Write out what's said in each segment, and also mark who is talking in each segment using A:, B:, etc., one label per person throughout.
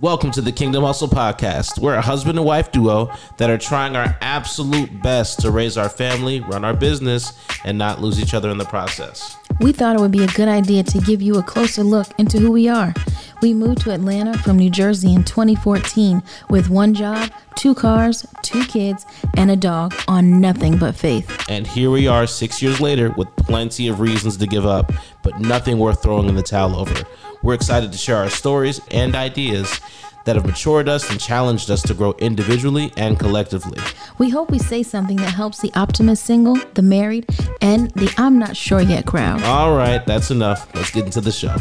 A: Welcome to the Kingdom Hustle Podcast. We're a husband and wife duo that are trying our absolute best to raise our family, run our business, and not lose each other in the process.
B: We thought it would be a good idea to give you a closer look into who we are. We moved to Atlanta from New Jersey in 2014 with one job, two cars, two kids, and a dog on nothing but faith.
A: And here we are six years later with plenty of reasons to give up, but nothing worth throwing in the towel over. We're excited to share our stories and ideas that have matured us and challenged us to grow individually and collectively.
B: We hope we say something that helps the optimist single, the married, and the I'm not sure yet crowd.
A: All right, that's enough. Let's get into the show.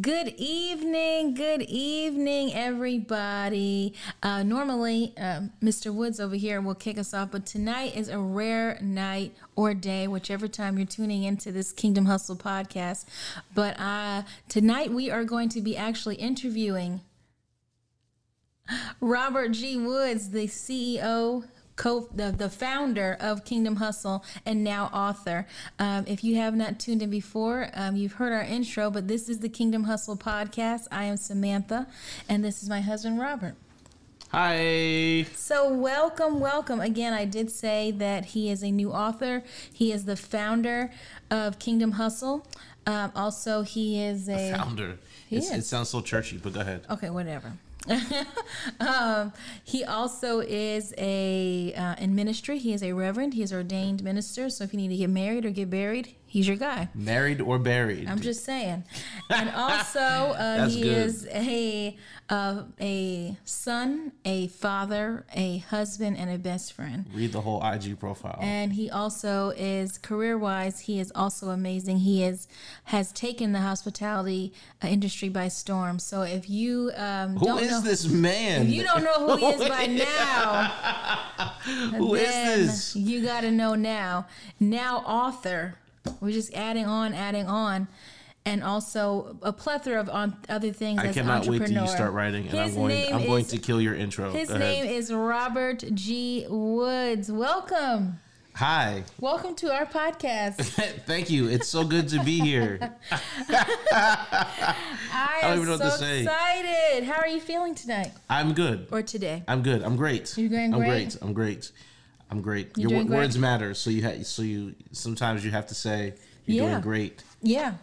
B: Good evening, good evening, everybody. Uh, normally, um, Mr. Woods over here will kick us off, but tonight is a rare night or day, whichever time you're tuning into this Kingdom Hustle podcast. But uh, tonight, we are going to be actually interviewing Robert G. Woods, the CEO, co the, the founder of Kingdom Hustle and now author. Um, if you have not tuned in before, um, you've heard our intro, but this is the Kingdom Hustle podcast. I am Samantha, and this is my husband Robert.
A: Hi.
B: So, welcome, welcome. Again, I did say that he is a new author. He is the founder of Kingdom Hustle. Um, also, he is a
A: Founder. It's- It
B: is.
A: sounds so churchy, but go ahead.
B: Okay, whatever. um, he also is a uh, in ministry. He is a reverend. He is ordained minister. So if you need to get married or get buried, he's your guy.
A: Married or buried?
B: I'm just saying. And also, uh,
A: That's
B: he
A: good.
B: is a uh, a son, a father, a husband, and a best friend.
A: Read the whole IG profile.
B: And he also is career wise. He is also amazing. He is has taken the hospitality uh, industry by storm. So if you um,
A: Who
B: don't
A: is
B: know,
A: this man?
B: you don't know who he is by now.
A: Who is
B: then
A: this?
B: You got to know now. Now, author. We're just adding on, adding on. And also a plethora of on other things.
A: I
B: as
A: cannot wait till you
B: entrepreneur.
A: start writing, and I'm
B: His
A: going.
B: name
A: I'm going
B: is-
A: to kill your intro.
B: His
A: Go ahead.
B: name is Robert G. Woods. Welcome.
A: Hi,
B: Welcome to our podcast.
A: thank you. It's so good to be here.
B: I,
A: don't
B: am
A: even know
B: so
A: what to say.
B: excited. How are you feeling tonight
A: I'm good.
B: or today?
A: I'm good. I'm great.
B: You're doing
A: I'm
B: great.
A: I'm great. I'm great. your
B: You're
A: wo-
B: doing great.
A: words matter. So you ha- so you sometimes you have to say you're
B: Yeah.
A: doing great,
B: Yeah.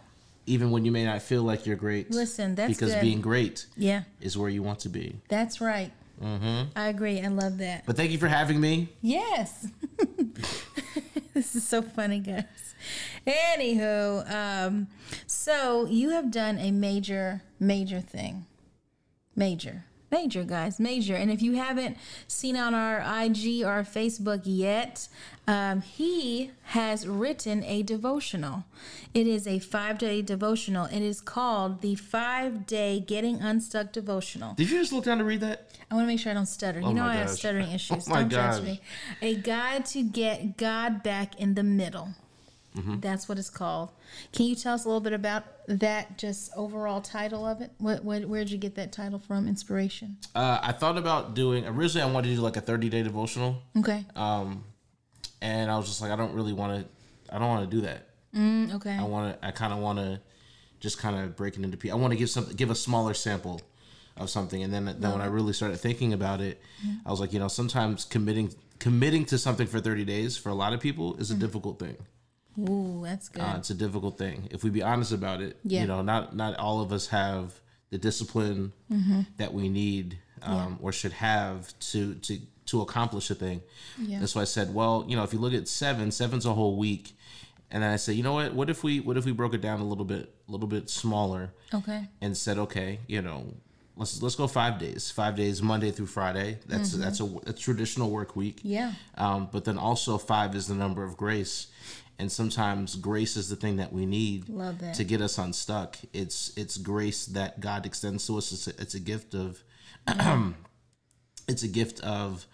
A: even when you may not feel like you're great.
B: Listen, that's
A: because
B: good.
A: being great
B: Yeah.
A: is where you want to be.
B: That's right.
A: Mm-hmm.
B: I agree. I love that.
A: But thank you for having me.
B: Yes. this is so funny, guys. Anywho, um, so you have done a major, major thing. Major. Major, guys, major. And if you haven't seen on our IG or our Facebook yet, um, he has written a devotional. It is a five day devotional. It is called the Five Day Getting Unstuck Devotional.
A: Did you just look down to read that?
B: I want to make sure I don't stutter. you know
A: Oh my
B: I have
A: gosh.
B: stuttering issues.
A: Oh my
B: don't judge
A: gosh.
B: me. A guide to get God back in the middle.
A: Mm-hmm.
B: That's what it's called. Can you tell us a little bit about that? Just overall title of it. What, what where'd you get that title from? Inspiration.
A: Uh, I thought about doing originally. I wanted to do like a 30 day devotional.
B: Okay.
A: um, and I was just like, I don't really want to. I don't want to do that.
B: Mm, okay.
A: I want to. I kind of want to just kind of break it into. Pe- I want to give something, give a smaller sample of something, and then then when I really started thinking about it, I was like, you know, sometimes committing committing to something for 30 days for a lot of people is a difficult thing.
B: Ooh, that's good.
A: Uh, it's a difficult thing if we be honest about it.
B: Yeah.
A: You know, not not all of us have the discipline
B: Mm-hmm.
A: that we need um, or should have to to to accomplish a thing.
B: Yeah.
A: And so I said, well, you know, if you look at seven, seven's a whole week. And then I said, you know what? What if we what if we broke it down a little bit, a little bit smaller,
B: okay.
A: and said, okay, you know, let's let's go five days, five days, Monday through Friday. That's
B: Mm-hmm.
A: that's a, a traditional work week.
B: Yeah.
A: Um, but then also five is the number of grace, and sometimes grace is the thing that we need
B: Love that.
A: to get us unstuck. It's it's grace that God extends to us. It's a, it's a gift of, it's a gift of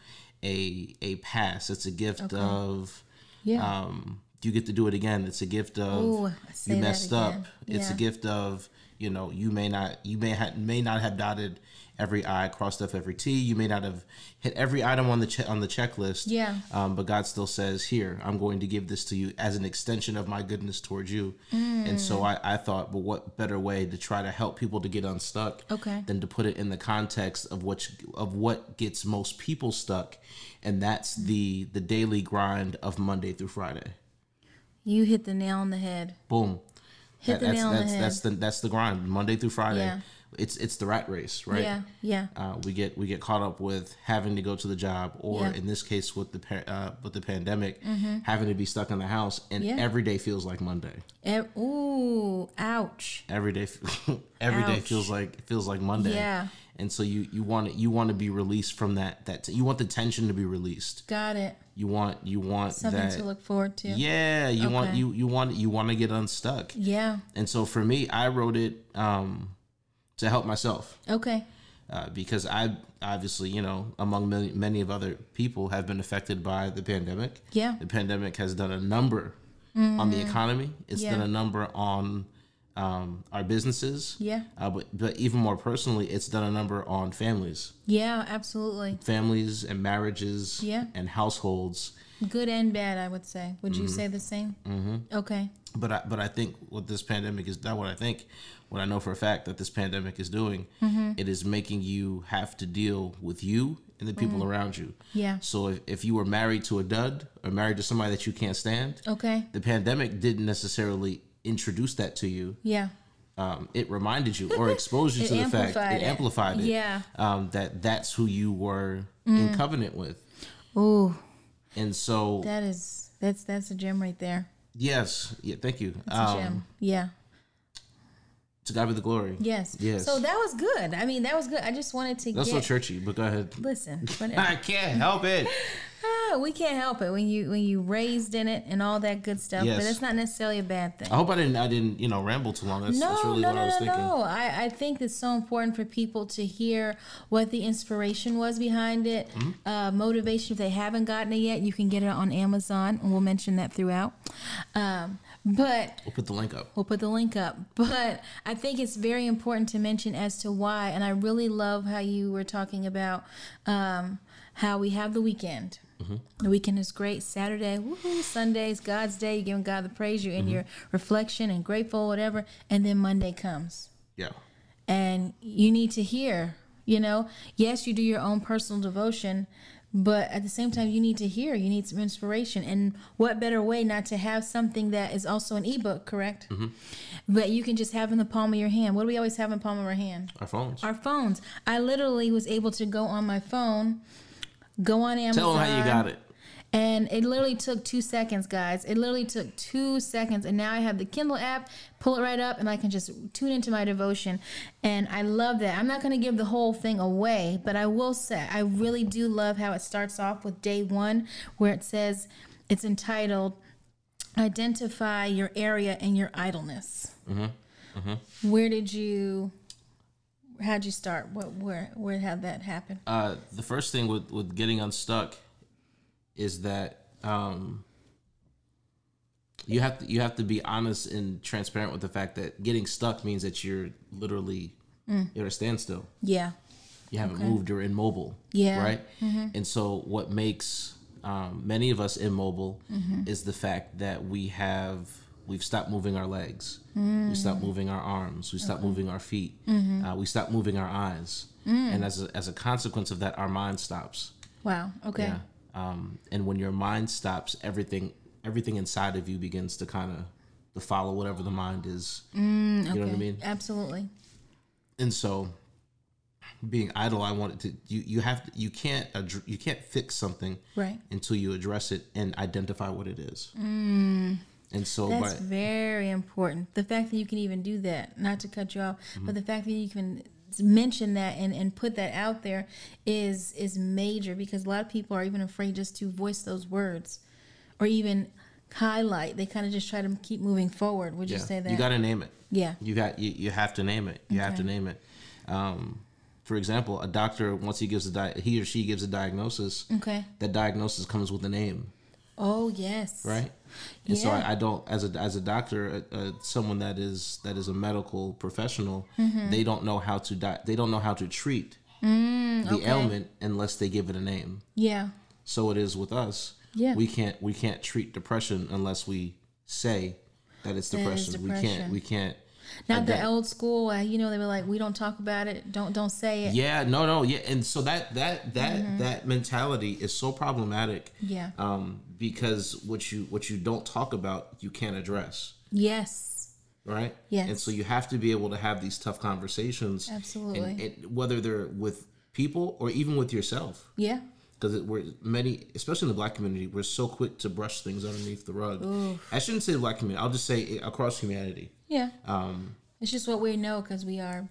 A: a a pass. It's a gift of
B: Yeah.
A: um, you get to do it again. It's a gift of
B: Ooh, say
A: you
B: that
A: messed
B: again.
A: up. It's a
B: Yeah.
A: gift of you know you may not you may ha- may not have dotted every i, crossed off every t. You may not have hit every item on the che- on the checklist.
B: Yeah.
A: Um, but God still says, "Here, I'm going to give this to you as an extension of my goodness towards you." And
B: Mm.
A: so I, I thought, but what better way to try to help people to get unstuck
B: Okay.
A: than to put it in the context of what of what gets most people stuck, and that's
B: Mm.
A: the the daily grind of Monday through Friday.
B: You hit the nail on the head.
A: Boom.
B: Hit the
A: that's,
B: nail on the
A: that's,
B: head.
A: that's the that's the grind Monday through Friday.
B: Yeah.
A: It's it's the rat race, right?
B: Yeah, yeah.
A: uh, we get we get caught up with having to go to the job, or
B: Yeah. Mm-hmm.
A: in this case with the par- uh, with the pandemic, having to be stuck in the house, and
B: Yeah.
A: every day feels like Monday.
B: E- Ooh, ouch.
A: Every day, every day
B: Ouch.
A: feels like feels like Monday.
B: Yeah.
A: And so you you want it you want to be released from that that you want the tension to be released.
B: Got it.
A: You want you want
B: Something
A: that.
B: to look forward to.
A: yeah, you want
B: Okay.
A: you you want you want to get unstuck.
B: Yeah.
A: And so for me, I wrote it um, to help myself
B: Okay.
A: uh, because I obviously, you know, among many, many of other people, have been affected by the pandemic.
B: Yeah. Mm.
A: The pandemic has done a number on the economy. It's
B: Yeah.
A: done a number on um, our businesses.
B: Yeah.
A: Uh, but but even more personally, it's done a number on families,
B: Yeah, absolutely.
A: families and marriages,
B: Yeah.
A: and households.
B: Good and bad, I would say. Would you say the same? Mm-hmm. Okay.
A: but I, but I think what this pandemic is not what I think, what I know for a fact that this pandemic is doing,
B: Mm-hmm.
A: it is making you have to deal with you and the people around you.
B: Mm-hmm. Yeah.
A: So if, if you were married to a dud or married to somebody that you can't stand,
B: Okay.
A: the pandemic didn't necessarily introduce that to you.
B: Yeah.
A: Um, it reminded you or exposed you
B: It
A: to the fact
B: amplified
A: it
B: it.
A: amplified it.
B: Yeah.
A: Um, that that's who you were in covenant with,
B: Ooh,
A: and so
B: that is that's that's a gem right there.
A: yes, yeah, thank you.
B: It's a
A: Um,
B: gem. Yeah.
A: to God be the glory.
B: Yes.
A: Yes.
B: So that was good. I mean, that was good. I just wanted to
A: That's
B: get
A: so churchy, but go ahead.
B: listen. Whatever.
A: I can't help it.
B: Ah, we can't help it when you when you raised in it and all that good stuff.
A: Yes.
B: But that's not necessarily a bad thing.
A: I hope I didn't. I didn't. You know, ramble too long. That's,
B: No,
A: that's really
B: no,
A: what I
B: no,
A: was
B: no,
A: thinking.
B: no. I, I think it's so important for people to hear what the inspiration was behind it,
A: Mm-hmm.
B: uh, motivation. If they haven't gotten it yet, you can get it on Amazon, and we'll mention that throughout. Um, but
A: We'll put the link up.
B: We'll put the link up. But I think it's very important to mention as to why. And I really love how you were talking about um, how we have the weekend. The weekend is great. Saturday, woohoo, Sunday's God's day. You're giving God the praise. You're in your reflection and grateful, whatever. And then Monday comes
A: Yeah.
B: and you need to hear you know yes you do your own personal devotion but at the same time you need to hear you need some inspiration and what better way not to have something that is also an ebook correct
A: Mm-hmm.
B: but you can just have in the palm of your hand what do we always have in the palm of our hand
A: Our phones.
B: our phones i literally was able to go on my phone go on amazon
A: Tell them how you got it.
B: and it literally took two seconds, guys. It literally took two seconds. And now I have the Kindle app, pull it right up, and I can just tune into my devotion. And I love that. I'm not going to give the whole thing away, but I will say I really do love how it starts off with day one, where it says it's entitled Identify Your Area and Your Idleness. Where did you. How'd you start? What where where had that happen?
A: Uh, the first thing with with getting unstuck is that um, you have to you have to be honest and transparent with the fact that getting stuck means that you're literally
B: Mm.
A: you're at a standstill.
B: yeah.
A: you haven't moved or immobile
B: Yeah. Mm-hmm.
A: right and so what makes um, many of us immobile
B: Mm-hmm.
A: is the fact that we have we've stopped moving our legs
B: Mm.
A: we stopped moving our arms we stopped moving our feet
B: Mm-hmm.
A: uh, we stopped moving our eyes
B: Mm.
A: and as a, as a consequence of that our mind stops
B: Wow. Okay.
A: yeah um, and when your mind stops everything everything inside of you begins to kind of to follow whatever the mind is you know what i
B: Mm, Okay.
A: mean
B: Absolutely.
A: and so being idle i wanted to you you have to, you can't addr- you can't fix something
B: Right.
A: until you address it and identify what it is and so
B: Mm. That's
A: by,
B: very important. The fact that you can even do that, not to cut you off, but the fact that you can mention that and, and put that out there is is major because a lot of people are even afraid just to voice those words or even highlight. They kind of just try to keep moving forward. Would
A: yeah,
B: you say that?
A: you got to name it
B: yeah.
A: you got you, you have to name it you have to
B: Okay.
A: name it um for example a doctor once he gives a di- he or she gives a diagnosis
B: Okay.
A: that diagnosis comes with a name
B: Oh yes.
A: right? And so
B: Yeah.
A: I, I don't, as a as a doctor, uh, uh, someone that is that is a medical professional,
B: Mm-hmm.
A: they don't know how to di- they don't know how to treat
B: Mm,
A: the ailment unless they give it a name.
B: Yeah.
A: So it is with us.
B: Yeah.
A: we can't we can't treat depression unless we say that it's
B: it's
A: depression. We
B: depression.
A: can't we can't.
B: Not the
A: adapt-
B: old school. Uh, you know, they were like, "We don't talk about it. Don't don't say it."
A: Yeah, no, no, yeah, and so that that that
B: Mm-hmm.
A: that mentality is so problematic.
B: Yeah.
A: Um, because what you what you don't talk about, you can't address.
B: Yes.
A: right?
B: Yes.
A: And so you have to be able to have these tough conversations, and-
B: Absolutely.
A: and, whether they're with people or even with yourself,
B: Yeah.
A: because we're many, especially in the black community, we're so quick to brush things underneath the rug. I shouldn't say the black community; I'll just say it across humanity.
B: Yeah. Um, it's just what we know because we are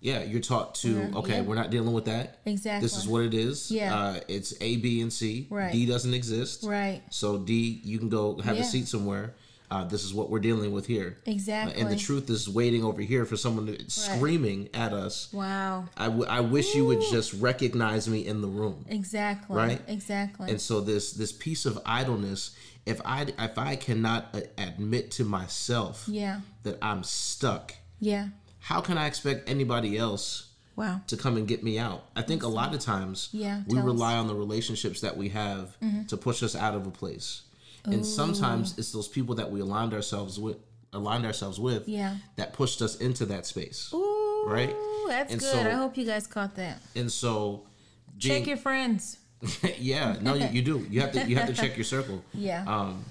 A: Yeah, you're taught to
B: Yeah.
A: okay,
B: Yeah.
A: we're not dealing with that.
B: exactly
A: This is what it is.
B: Yeah.
A: uh, it's A, B, and C.
B: Right.
A: D doesn't exist.
B: right.
A: So D, you can go have
B: Yeah.
A: a seat somewhere. Uh, this is what we're dealing with here.
B: Exactly.
A: And the truth is waiting over here for someone to, screaming at us.
B: Wow.
A: I, w- I wish you would just recognize me in the room.
B: Exactly.
A: Right?
B: Exactly.
A: And so this this piece of idleness, if I if I cannot a- admit to myself
B: yeah.
A: that I'm stuck,
B: Yeah.
A: how can I expect anybody else
B: Wow.
A: to come and get me out? I think a lot of times
B: Yeah,
A: we
B: tell us. Mm-hmm.
A: rely on the relationships that we have to push us out of a place. And sometimes it's those people that we aligned ourselves with aligned ourselves with
B: Yeah.
A: that pushed us into that space.
B: Ooh,
A: Right?
B: That's
A: And
B: good.
A: so-
B: I hope you guys caught that.
A: And so being-
B: Check your friends.
A: yeah, no, you, you do. You have to you have to check your circle.
B: Yeah.
A: Um,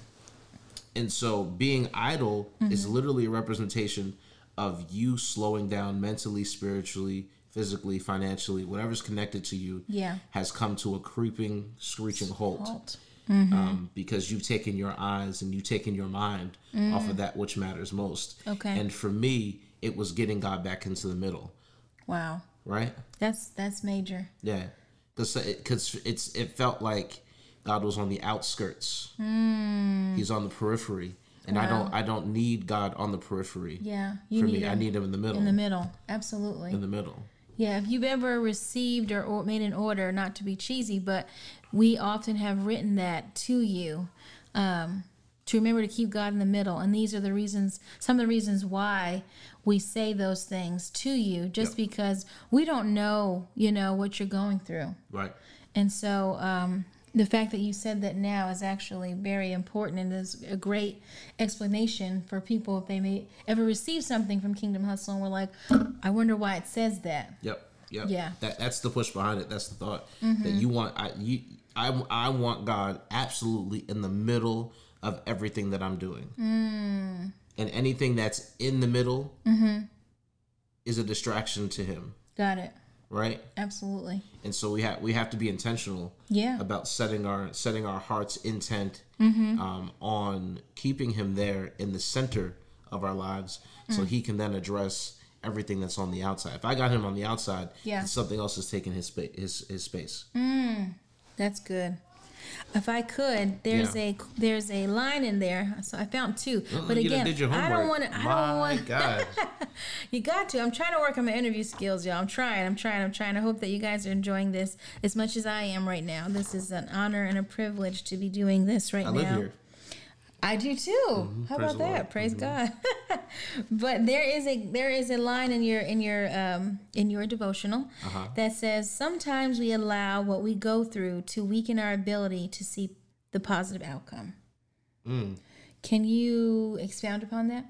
A: And so being idle
B: Mm-hmm.
A: is literally a representation of you slowing down mentally, spiritually, physically, financially, whatever's connected to you
B: Yeah.
A: has come to a creeping, screeching halt.
B: Halt. Mm-hmm.
A: Um, because you've taken your eyes and you've taken your mind off of that which matters most.
B: Mm. Okay.
A: And for me, it was getting God back into the middle,
B: Wow.
A: right?
B: That's that's major.
A: Yeah, because it's it felt like God was on the outskirts.
B: Hmm.
A: He's on the periphery, and I don't I don't need God on the periphery.
B: Yeah. You
A: for
B: need
A: me,
B: it
A: I need Him in the middle.
B: in the middle. Absolutely.
A: middle.
B: Yeah, if you've ever received or, or made an order, not to be cheesy, but we often have written that to you um, to remember to keep God in the middle. And these are the reasons, some of the reasons why we say those things to you, just because we don't know, you know, what you're going through.
A: Right.
B: And so um, the fact that you said that now is actually very important and is a great explanation for people if they may ever receive something from Kingdom Hustle and we're like, I wonder why it says that.
A: Yep. Yep.
B: Yeah. Mm-hmm.
A: That that's the push behind it. That's the thought that you want. I you I I want God absolutely in the middle of everything that I'm doing.
B: Hmm.
A: And anything that's in the middle
B: Mm-hmm.
A: is a distraction to Him,
B: Got it.
A: right?
B: Absolutely.
A: and so we have we have to be intentional
B: Yeah.
A: about setting our setting our heart's intent
B: Mm-hmm.
A: um, on keeping him there in the center of our lives so
B: Mm.
A: he can then address everything that's on the outside if i got him on the outside
B: Yeah. Mm,
A: then something else is taking his space his, his space
B: That's good. If I could, there's
A: Yeah.
B: a there's a line in there. So I found 2
A: Oh,
B: but
A: you done
B: again,
A: did your
B: I don't
A: homework.
B: want to. I
A: My
B: don't want.
A: god
B: You got to. I'm trying to work on my interview skills, y'all. I'm trying. I'm trying. I'm trying. I hope that you guys are enjoying this as much as I am right now. This is an honor and a privilege to be doing this right
A: i
B: now.
A: live here
B: I do too.
A: Mm-hmm.
B: How
A: Praise
B: about
A: the Lord. Mm-hmm.
B: that? Praise God. but there is a there is a line in your in your um, in your devotional
A: Uh-huh.
B: that says sometimes we allow what we go through to weaken our ability to see the positive outcome.
A: Mm.
B: Can you expound upon that?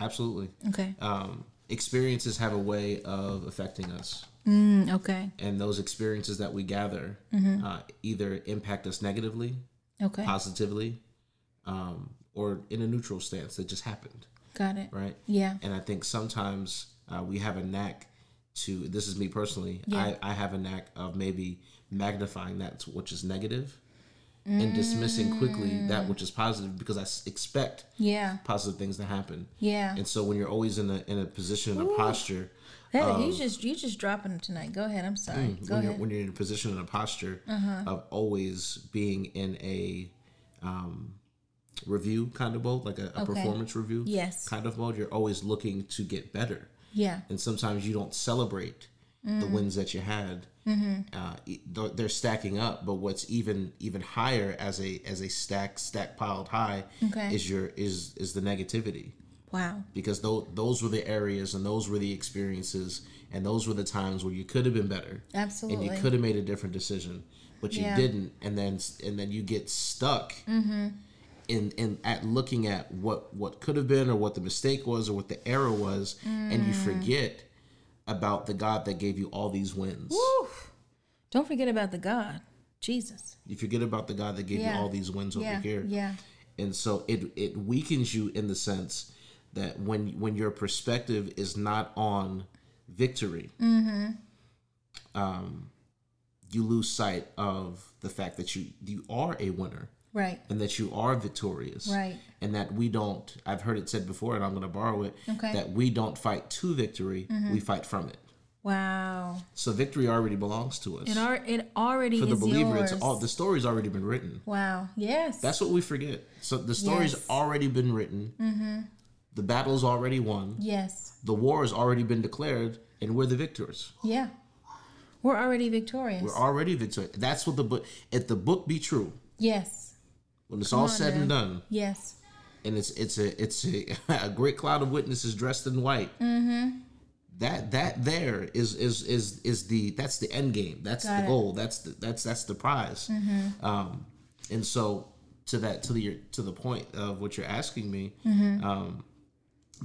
A: absolutely
B: Okay.
A: um, experiences have a way of affecting us
B: Mm, okay.
A: and those experiences that we gather
B: Mm-hmm.
A: uh, either impact us negatively
B: Okay.
A: positively um, or in a neutral stance that just happened
B: Got it.
A: right
B: Yeah.
A: and i think sometimes uh, we have a knack to this is me personally
B: Yeah.
A: I, I have a knack of maybe magnifying that to which is negative and dismissing quickly that which is positive because i s- expect
B: Yeah.
A: positive things to happen
B: Yeah.
A: and so when you're always in a, in a position and a posture
B: That, you just you just dropping them tonight. Go ahead. I'm sorry. Go
A: um, mm, when you're,
B: ahead. Uh-huh.
A: when you're in a position and a posture of always being in a um, review kind of mode, like a, a
B: Okay.
A: performance review
B: Yes.
A: kind of mode, you're always looking to get better.
B: Yeah.
A: And sometimes you don't celebrate
B: Mm.
A: the wins that you had.
B: Mm-hmm.
A: Uh, e- th- they're stacking up, but what's even even higher as a as a stack stack piled high
B: Okay.
A: is your is is the negativity
B: Wow.
A: because those those were the areas and those were the experiences and those were the times where you could have been better
B: Absolutely.
A: and you could have made a different decision but you
B: Yeah. Mm-hmm.
A: didn't and then and then you get stuck in in at looking at what what could have been or what the mistake was or what the error was and you
B: Mm.
A: forget about the god that gave you all these wins
B: Oof. Don't forget about the God, Jesus.
A: you forget about the god that gave
B: Yeah.
A: you all these wins
B: yeah.
A: over here
B: Yeah.
A: and so it it weakens you in the sense that when when your perspective is not on victory um
B: Mm-hmm.
A: you lose sight of the fact that you you are a winner
B: Right.
A: and that you are victorious
B: Right.
A: and that we don't i've heard it said before and i'm going to borrow it
B: Okay. Mm-hmm.
A: that we don't fight to victory we fight from it
B: Wow.
A: so victory already belongs to us
B: It are it already
A: for
B: is
A: the believer
B: yours.
A: it's all the story's already been written
B: wow. Yes.
A: That's what we forget. So the story's
B: Yes. Mm-hmm.
A: already been written. The battle's already won.
B: yes.
A: The war has already been declared, and we're the victors.
B: Yeah. We're already victorious.
A: We're already victors. That's what the book. If the book be true,
B: yes.
A: when it's all
B: on
A: said and
B: now.
A: done,
B: Yes.
A: and it's it's a it's a, a great cloud of witnesses dressed in white. Mm-hmm. That that there is is is is the that's the end game. That's
B: Got
A: the
B: it. Mm-hmm.
A: goal. That's the that's that's the prize. Um, and so to that to the to the point of what you're asking me,
B: Mm-hmm.
A: um,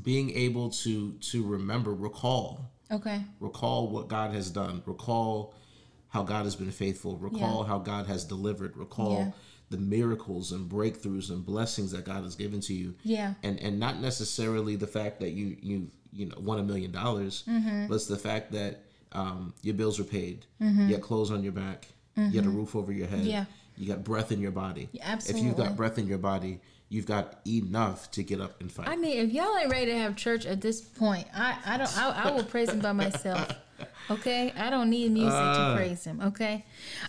A: being able to to remember, recall,
B: Okay.
A: recall what God has done, recall how God has been faithful, recall how God has delivered, recall
B: Yeah.
A: the miracles and breakthroughs and blessings that God has given to you.
B: Yeah.
A: And and not necessarily the fact that you you you know won a million dollars,
B: Mm-hmm.
A: but it's the fact that um, your bills are paid, you got clothes on your back, you got a roof over your head,
B: Mm-hmm. Yeah.
A: you got breath in your body.
B: Yeah,
A: If you've
B: absolutely.
A: got breath in your body, you've got enough to get up and fight.
B: I mean, if y'all ain't ready to have church at this point, I, I don't I, I will praise him by myself. Okay? I don't need music
A: Uh,
B: to praise him, okay?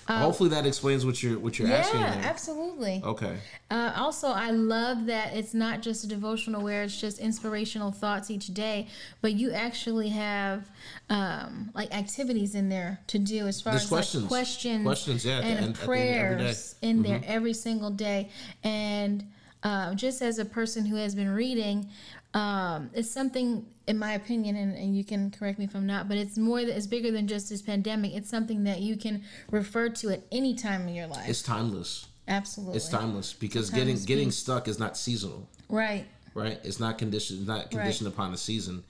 A: Hopefully that explains what you're what you're asking.
B: um, Yeah,
A: There.
B: absolutely.
A: Okay.
B: Uh, also, I love that it's not just a devotional where it's just inspirational thoughts each day, but you actually have um, like activities in there to do as far
A: There's
B: as
A: questions.
B: Like questions,
A: Questions, yeah, at the
B: and
A: end- at the end of every day. Mm-hmm.
B: prayers in there every single day. And uh, just as a person who has been reading, um, it's something, in my opinion, and, and you can correct me if I'm not, but it's more, it's bigger than just this pandemic. It's something that you can refer to at any time in your life.
A: It's timeless.
B: Absolutely.
A: It's timeless because
B: Sometimes
A: getting
B: we-
A: getting stuck is not seasonal,
B: Right.
A: right? It's not conditioned not conditioned upon a season.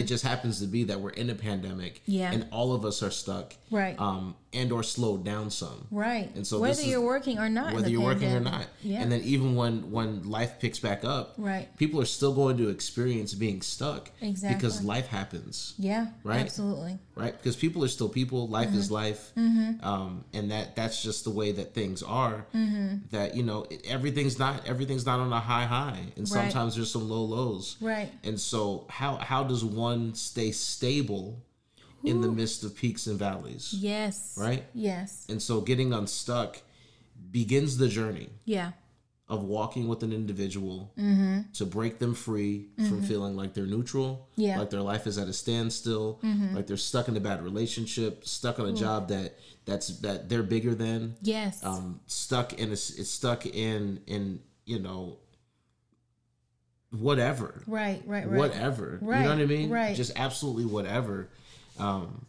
A: It just happens to be that we're in a pandemic,
B: Mm-hmm. Yeah.
A: and all of us are stuck,
B: Right.
A: Um, and or slowed down some,
B: Right.
A: And so
B: whether
A: this is-
B: you're working or not, in
A: Whether
B: the
A: you're working or
B: pandemic.
A: not,
B: yeah,
A: and then even when when life picks back up,
B: Right.
A: People are still going to experience being stuck, because
B: Exactly.
A: life happens,
B: yeah,
A: Right.
B: absolutely,
A: right? Because people are still people. Life is
B: Mm-hmm.
A: life, um, and that that's just the way that things are.
B: Mm-hmm.
A: That you know, it- everything's not everything's not on a high high, and
B: Right.
A: sometimes there's some low lows.
B: right,
A: And so, how how does one stay stable in the midst of peaks and valleys,
B: yes,
A: right?
B: yes,
A: And so, getting unstuck begins the journey
B: yeah,
A: of walking with an individual
B: Mm-hmm.
A: to break them free from feeling like they're neutral,
B: Yeah. Mm-hmm.
A: like their life is at a standstill, like they're stuck in a bad relationship, stuck on a job that that's that they're bigger than,
B: yes,
A: um, stuck in a, s- it's stuck in in you know whatever,
B: right, right, right,
A: whatever, you know what I
B: Right,
A: mean?
B: right.
A: Just absolutely whatever. Um,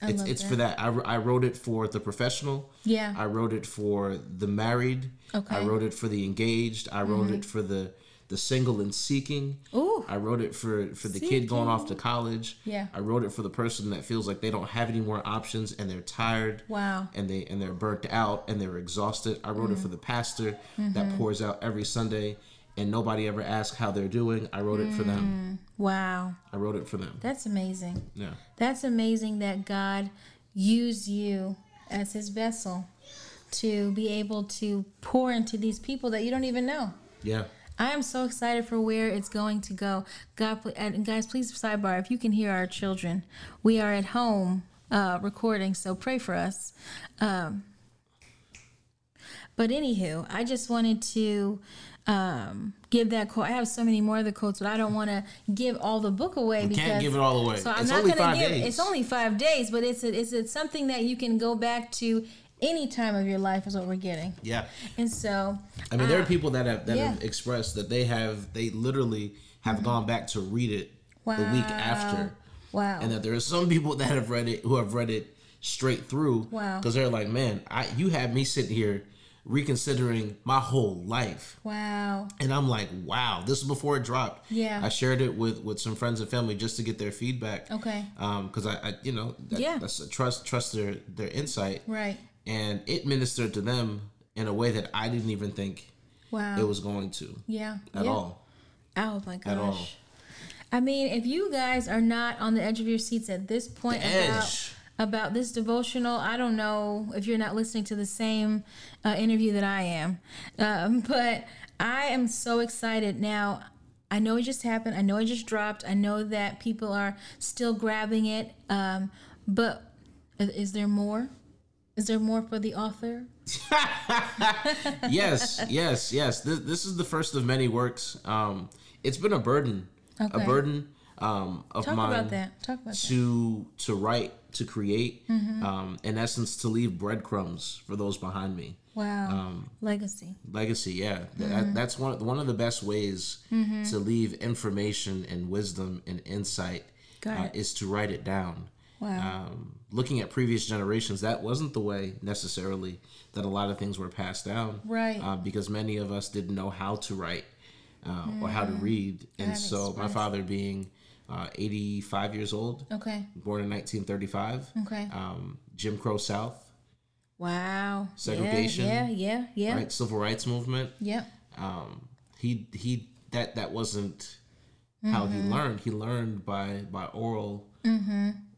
B: I
A: it's
B: love
A: it's for that. I, wr- I wrote it for the professional.
B: yeah,
A: I wrote it for the married. I
B: Okay. Mm-hmm.
A: wrote it for the engaged. I wrote it for the the single and seeking.
B: Ooh.
A: I wrote it for for the kid going off to college.
B: Yeah.
A: I wrote it for the person that feels like they don't have any more options and they're tired.
B: wow,
A: And they and they're burnt out and they're exhausted. I wrote it
B: Mm-hmm.
A: for the pastor that pours out every Sunday and nobody ever asks how they're doing. I wrote it for
B: Mm.
A: them.
B: wow,
A: I wrote it for them.
B: that's amazing.
A: Yeah.
B: That's amazing that God used you as His vessel to be able to pour into these people that you don't even know.
A: Yeah.
B: I am so excited for where it's going to go. God, pl- and guys, please sidebar if you can hear our children. We are at home uh, recording, so pray for us. Um, But anywho, I just wanted to um, give that quote. I have so many more of the quotes, but I don't want to give all the book away.
A: You
B: because,
A: can't give it all away.
B: So I'm
A: it's
B: not
A: only
B: going
A: five
B: to give.
A: days.
B: It's only five days, but it's a, it's it's something that you can go back to any time of your life is what we're getting.
A: yeah.
B: And so
A: I mean, there are people that have that
B: Uh, yeah. Mm-hmm.
A: have expressed that they have they literally have gone back to read it the week after,
B: wow,
A: and that there are some people that have read it who have read it straight through.
B: Wow.
A: Because they're like, man, I you had me sitting here reconsidering my whole life.
B: wow,
A: and I'm like, wow, this is before it dropped.
B: Yeah.
A: I shared it with with some friends and family just to get their feedback.
B: Okay.
A: Um, because I, I, you know, that,
B: Yeah.
A: that's trust trust their their insight,
B: right,
A: and it ministered to them in a way that I didn't even think
B: wow,
A: it was going to
B: yeah,
A: at
B: yeah.
A: all.
B: Oh my gosh.
A: all.
B: I mean, if you guys are not on the edge of your seats at this point
A: The
B: about,
A: edge.
B: about this devotional, I don't know if you're not listening to the same uh, interview that I am. Um, but I am so excited now. I know it just happened. I know it just dropped. I know that people are still grabbing it. Um, but i- is there more? Is there more for the author?
A: yes, yes, yes. This this is the first of many works. Um, it's been a burden,
B: Okay.
A: a burden um of
B: Talk
A: mine.
B: about that. Talk about that.
A: to to write to create
B: Mm-hmm.
A: um in essence to leave breadcrumbs for those behind me
B: Wow.
A: Um,
B: Legacy.
A: legacy yeah Th-
B: Mm-hmm.
A: that, that's one one of the best ways to leave information and wisdom and insight
B: Got
A: uh,
B: it.
A: is to write it down
B: Wow.
A: um, looking at previous generations that wasn't the way necessarily that a lot of things were passed down
B: Right.
A: uh, because many of us didn't know how to write uh, or how to read and
B: Mm-hmm. That
A: so my
B: explains-
A: father being uh, 85 years old
B: okay.
A: born in 1935
B: Okay.
A: um, Jim Crow South,
B: Wow.
A: Segregation,
B: Yeah, yeah, yeah.
A: right? Civil rights movement.
B: Yep.
A: Um, he he that that wasn't how he
B: Mm-hmm.
A: learned. He learned by by oral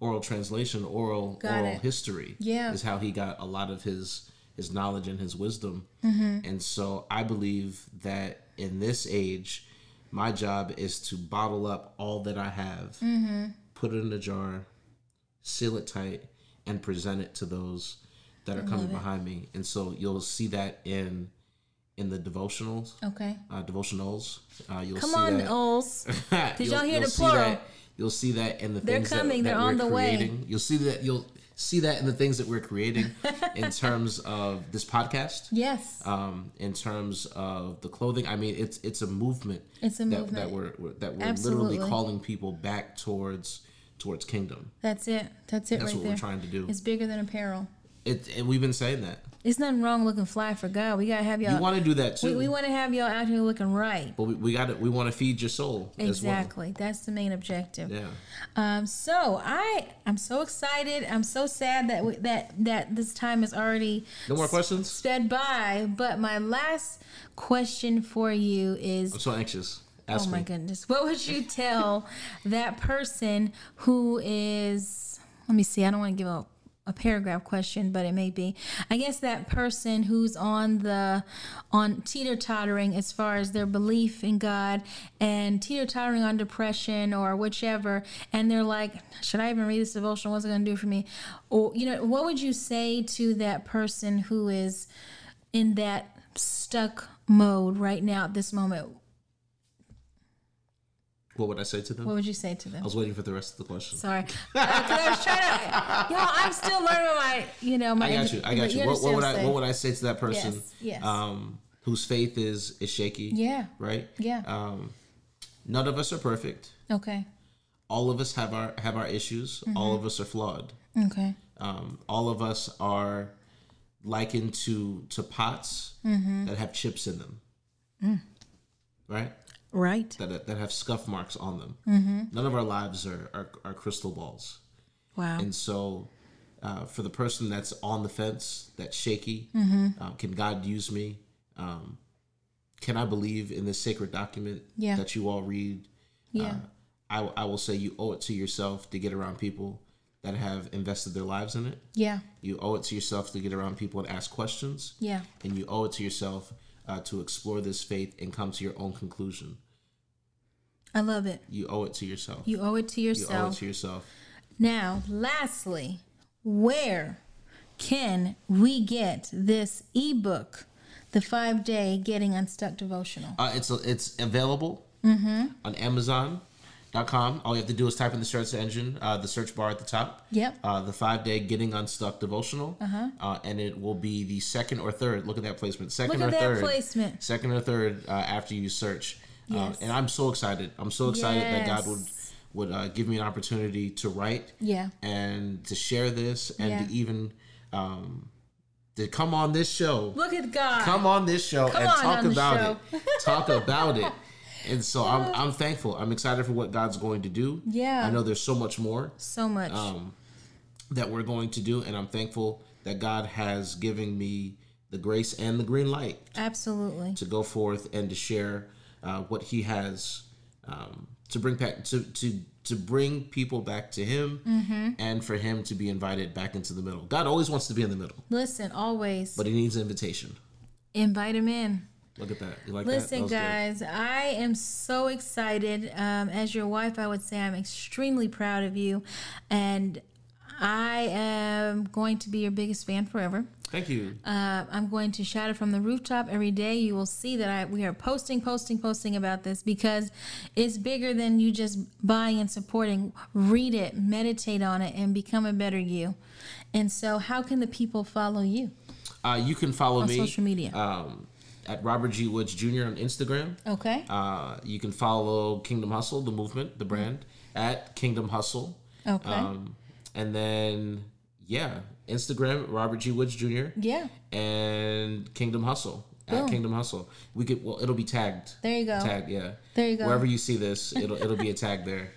A: oral translation, oral
B: Got
A: oral
B: it.
A: history.
B: Yeah.
A: is how he got a lot of his his knowledge and his wisdom.
B: Mm-hmm.
A: And so I believe that in this age, my job is to bottle up all that I have,
B: Mm-hmm.
A: put it in a jar, seal it tight, and present it to those that are coming behind me. And so you'll see that in in the devotionals,
B: Okay.
A: uh, devotionals. Uh, you'll
B: Come
A: see
B: on,
A: that.
B: Ols.
A: Did
B: y'all hear the plural?
A: That, you'll see that in the
B: They're
A: things
B: coming,
A: That,
B: they're
A: that
B: on
A: we're
B: the way.
A: creating. You'll see that you'll see that in the things that we're creating in terms of this podcast.
B: Yes.
A: Um, in terms of the clothing, I mean, it's it's a movement.
B: It's a
A: that,
B: movement.
A: that we're, we're that we're
B: Absolutely.
A: literally calling people back towards towards kingdom.
B: That's it. That's it
A: That's
B: right
A: what
B: there.
A: we're trying to do.
B: It's bigger than apparel.
A: It, and we've been saying that.
B: It's nothing wrong looking fly for God. We gotta have
A: We
B: y'all.
A: want to do that too,
B: we, we want to have y'all out here looking right.
A: but we, we got to we want to feed your soul
B: Exactly. That's the main objective.
A: as well. Yeah.
B: Um, so I I'm so excited. I'm so sad that we, that that this time is already
A: No more questions.
B: sped by. But my last question for you is
A: I'm so anxious. Ask
B: oh my
A: me.
B: goodness. What would you tell that person who is, let me see, I don't want to give a, a paragraph question, but it may be, I guess that person who's on the, on teeter tottering as far as their belief in God and teeter tottering on depression or whichever, and they're like, should I even read this devotional? What's it going to do for me? Or, you know, what would you say to that person who is in that stuck mode right now at this moment?
A: What would I say to them?
B: What would you say to them?
A: I was waiting for the rest of the question.
B: Sorry, because I was trying to. Y'all, I'm still learning my. You know, my.
A: I got you. I got you. What, what would I What would I say to that person?
B: Yes, yes.
A: Um, whose faith is is shaky?
B: Yeah.
A: Right.
B: Yeah.
A: Um, none of us are perfect.
B: Okay.
A: All of us have our have our issues.
B: Mm-hmm.
A: All of us are flawed.
B: Okay.
A: Um, all of us are likened to to pots
B: Mm-hmm.
A: that have chips in them.
B: Mm.
A: Right.
B: Right.
A: That that have scuff marks on them.
B: Mm-hmm.
A: None of our lives are are, are crystal balls.
B: Wow.
A: And so, uh, for the person that's on the fence, that's shaky,
B: Mm-hmm.
A: um, can God use me? Um, can I believe in this sacred document
B: Yeah.
A: that you all read? Uh,
B: Yeah.
A: I, I will say you owe it to yourself to get around people that have invested their lives in it.
B: yeah.
A: You owe it to yourself to get around people and ask questions.
B: Yeah.
A: And you owe it to yourself uh, to explore this faith and come to your own conclusion.
B: I love it.
A: You owe it to yourself.
B: You owe it to
A: You owe it
B: yourself.
A: to yourself.
B: now, lastly, where can we get this ebook the five day Getting Unstuck devotional.
A: Uh, it's it's available
B: Mm-hmm.
A: on Amazon.com. All you have to do is type in the search engine, uh, the search bar at the top.
B: Yep.
A: Uh, the five day Getting Unstuck devotional. Uh-huh. and it will be the second or third. Look at that placement. Second
B: Look
A: or
B: at that
A: third.
B: placement.
A: Second or third uh, after you search. Uh,
B: Yes.
A: and I'm so excited. I'm so excited that God would
B: Yes.
A: would uh, give me an opportunity to write
B: Yeah.
A: and to share this and
B: Yeah.
A: to even um, to come on this show
B: Look at God.
A: come on this show
B: Come
A: and
B: on
A: talk
B: on the
A: about
B: show.
A: it. Talk about it. And so I'm I'm thankful. I'm excited for what God's going to do.
B: Yeah.
A: I know there's so much more
B: So much.
A: um, that we're going to do, and I'm thankful that God has given me the grace and the green light
B: Absolutely.
A: to go forth and to share uh, what He has um, to bring back to to to bring people back to Him,
B: Mm-hmm.
A: and for Him to be invited back into the middle. God always wants to be in the middle,
B: Listen, always
A: but He needs invitation.
B: invite him in.
A: Look at that. You like
B: Listen,
A: that? That was good.
B: guys, I am so excited. Um, as your wife, I would say I'm extremely proud of you. And I am going to be your biggest fan forever.
A: Thank you.
B: Uh, I'm going to shout it from the rooftop every day. You will see that I we are posting, posting, posting about this because it's bigger than you just buying and supporting. Read it, meditate on it, and become a better you. And so, how can the people follow you?
A: Uh, you can follow
B: on
A: me
B: social media.
A: Um, at Robert G. Woods Jr. on Instagram.
B: Okay.
A: Uh, you can follow Kingdom Hustle, the movement, the brand, at Kingdom Hustle.
B: Okay.
A: Um, and then, yeah, Instagram, Robert G. Woods Jr.
B: yeah.
A: And Kingdom Hustle. At
B: Boom.
A: Kingdom Hustle, we could well. It'll be tagged.
B: There you go.
A: Tagged, yeah.
B: There you go.
A: Wherever you see this, it'll it'll be a tag there.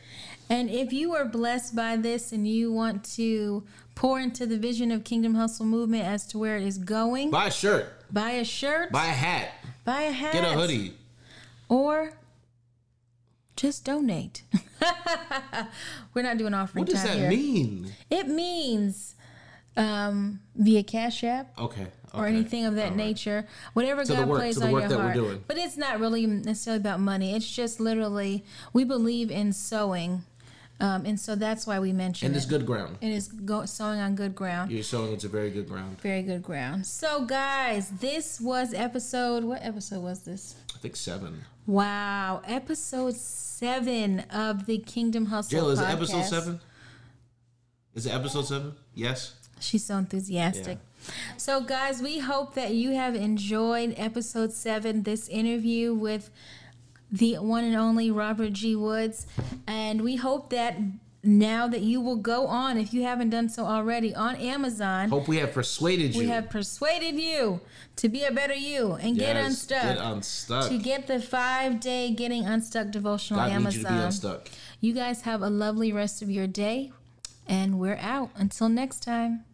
B: And if you are blessed by this and you want to pour into the vision of Kingdom Hustle Movement as to where it is going, buy,
A: Buy a shirt.
B: a shirt, buy,
A: Buy a hat.
B: a hat,
A: Get a hoodie.
B: or just donate. We're not doing offering
A: What does that
B: time here.
A: mean?
B: It means um, via Cash App,
A: Okay. okay.
B: or anything of that nature. Whatever
A: the
B: God
A: work-
B: plays
A: to the
B: on
A: work
B: your
A: that we're
B: heart.
A: doing.
B: But it's not really necessarily about money. It's just literally we believe in sowing, um, and so that's why we mention
A: And
B: it.
A: it's good ground.
B: it is go- sowing on good ground.
A: You're showing it's a very good ground.
B: Very good ground. So, guys, this was episode. What episode was this?
A: I think seven.
B: Wow, episode seven of the Kingdom Hustle.
A: Jill, is it
B: podcast.
A: episode seven? Is it episode seven? Yes.
B: She's so enthusiastic. So, guys, we hope that you have enjoyed episode seven, this interview with the one and only Robert G. Woods. And we hope that now that you will go on, if you haven't done so already, on Amazon.
A: Hope we have persuaded you.
B: we have persuaded you to be a better you and get
A: Yes,
B: unstuck.
A: Get unstuck.
B: to get the five day Getting Unstuck devotional
A: God
B: on
A: needs you to be
B: Amazon.
A: unstuck.
B: You guys have a lovely rest of your day, and we're out. Until next time.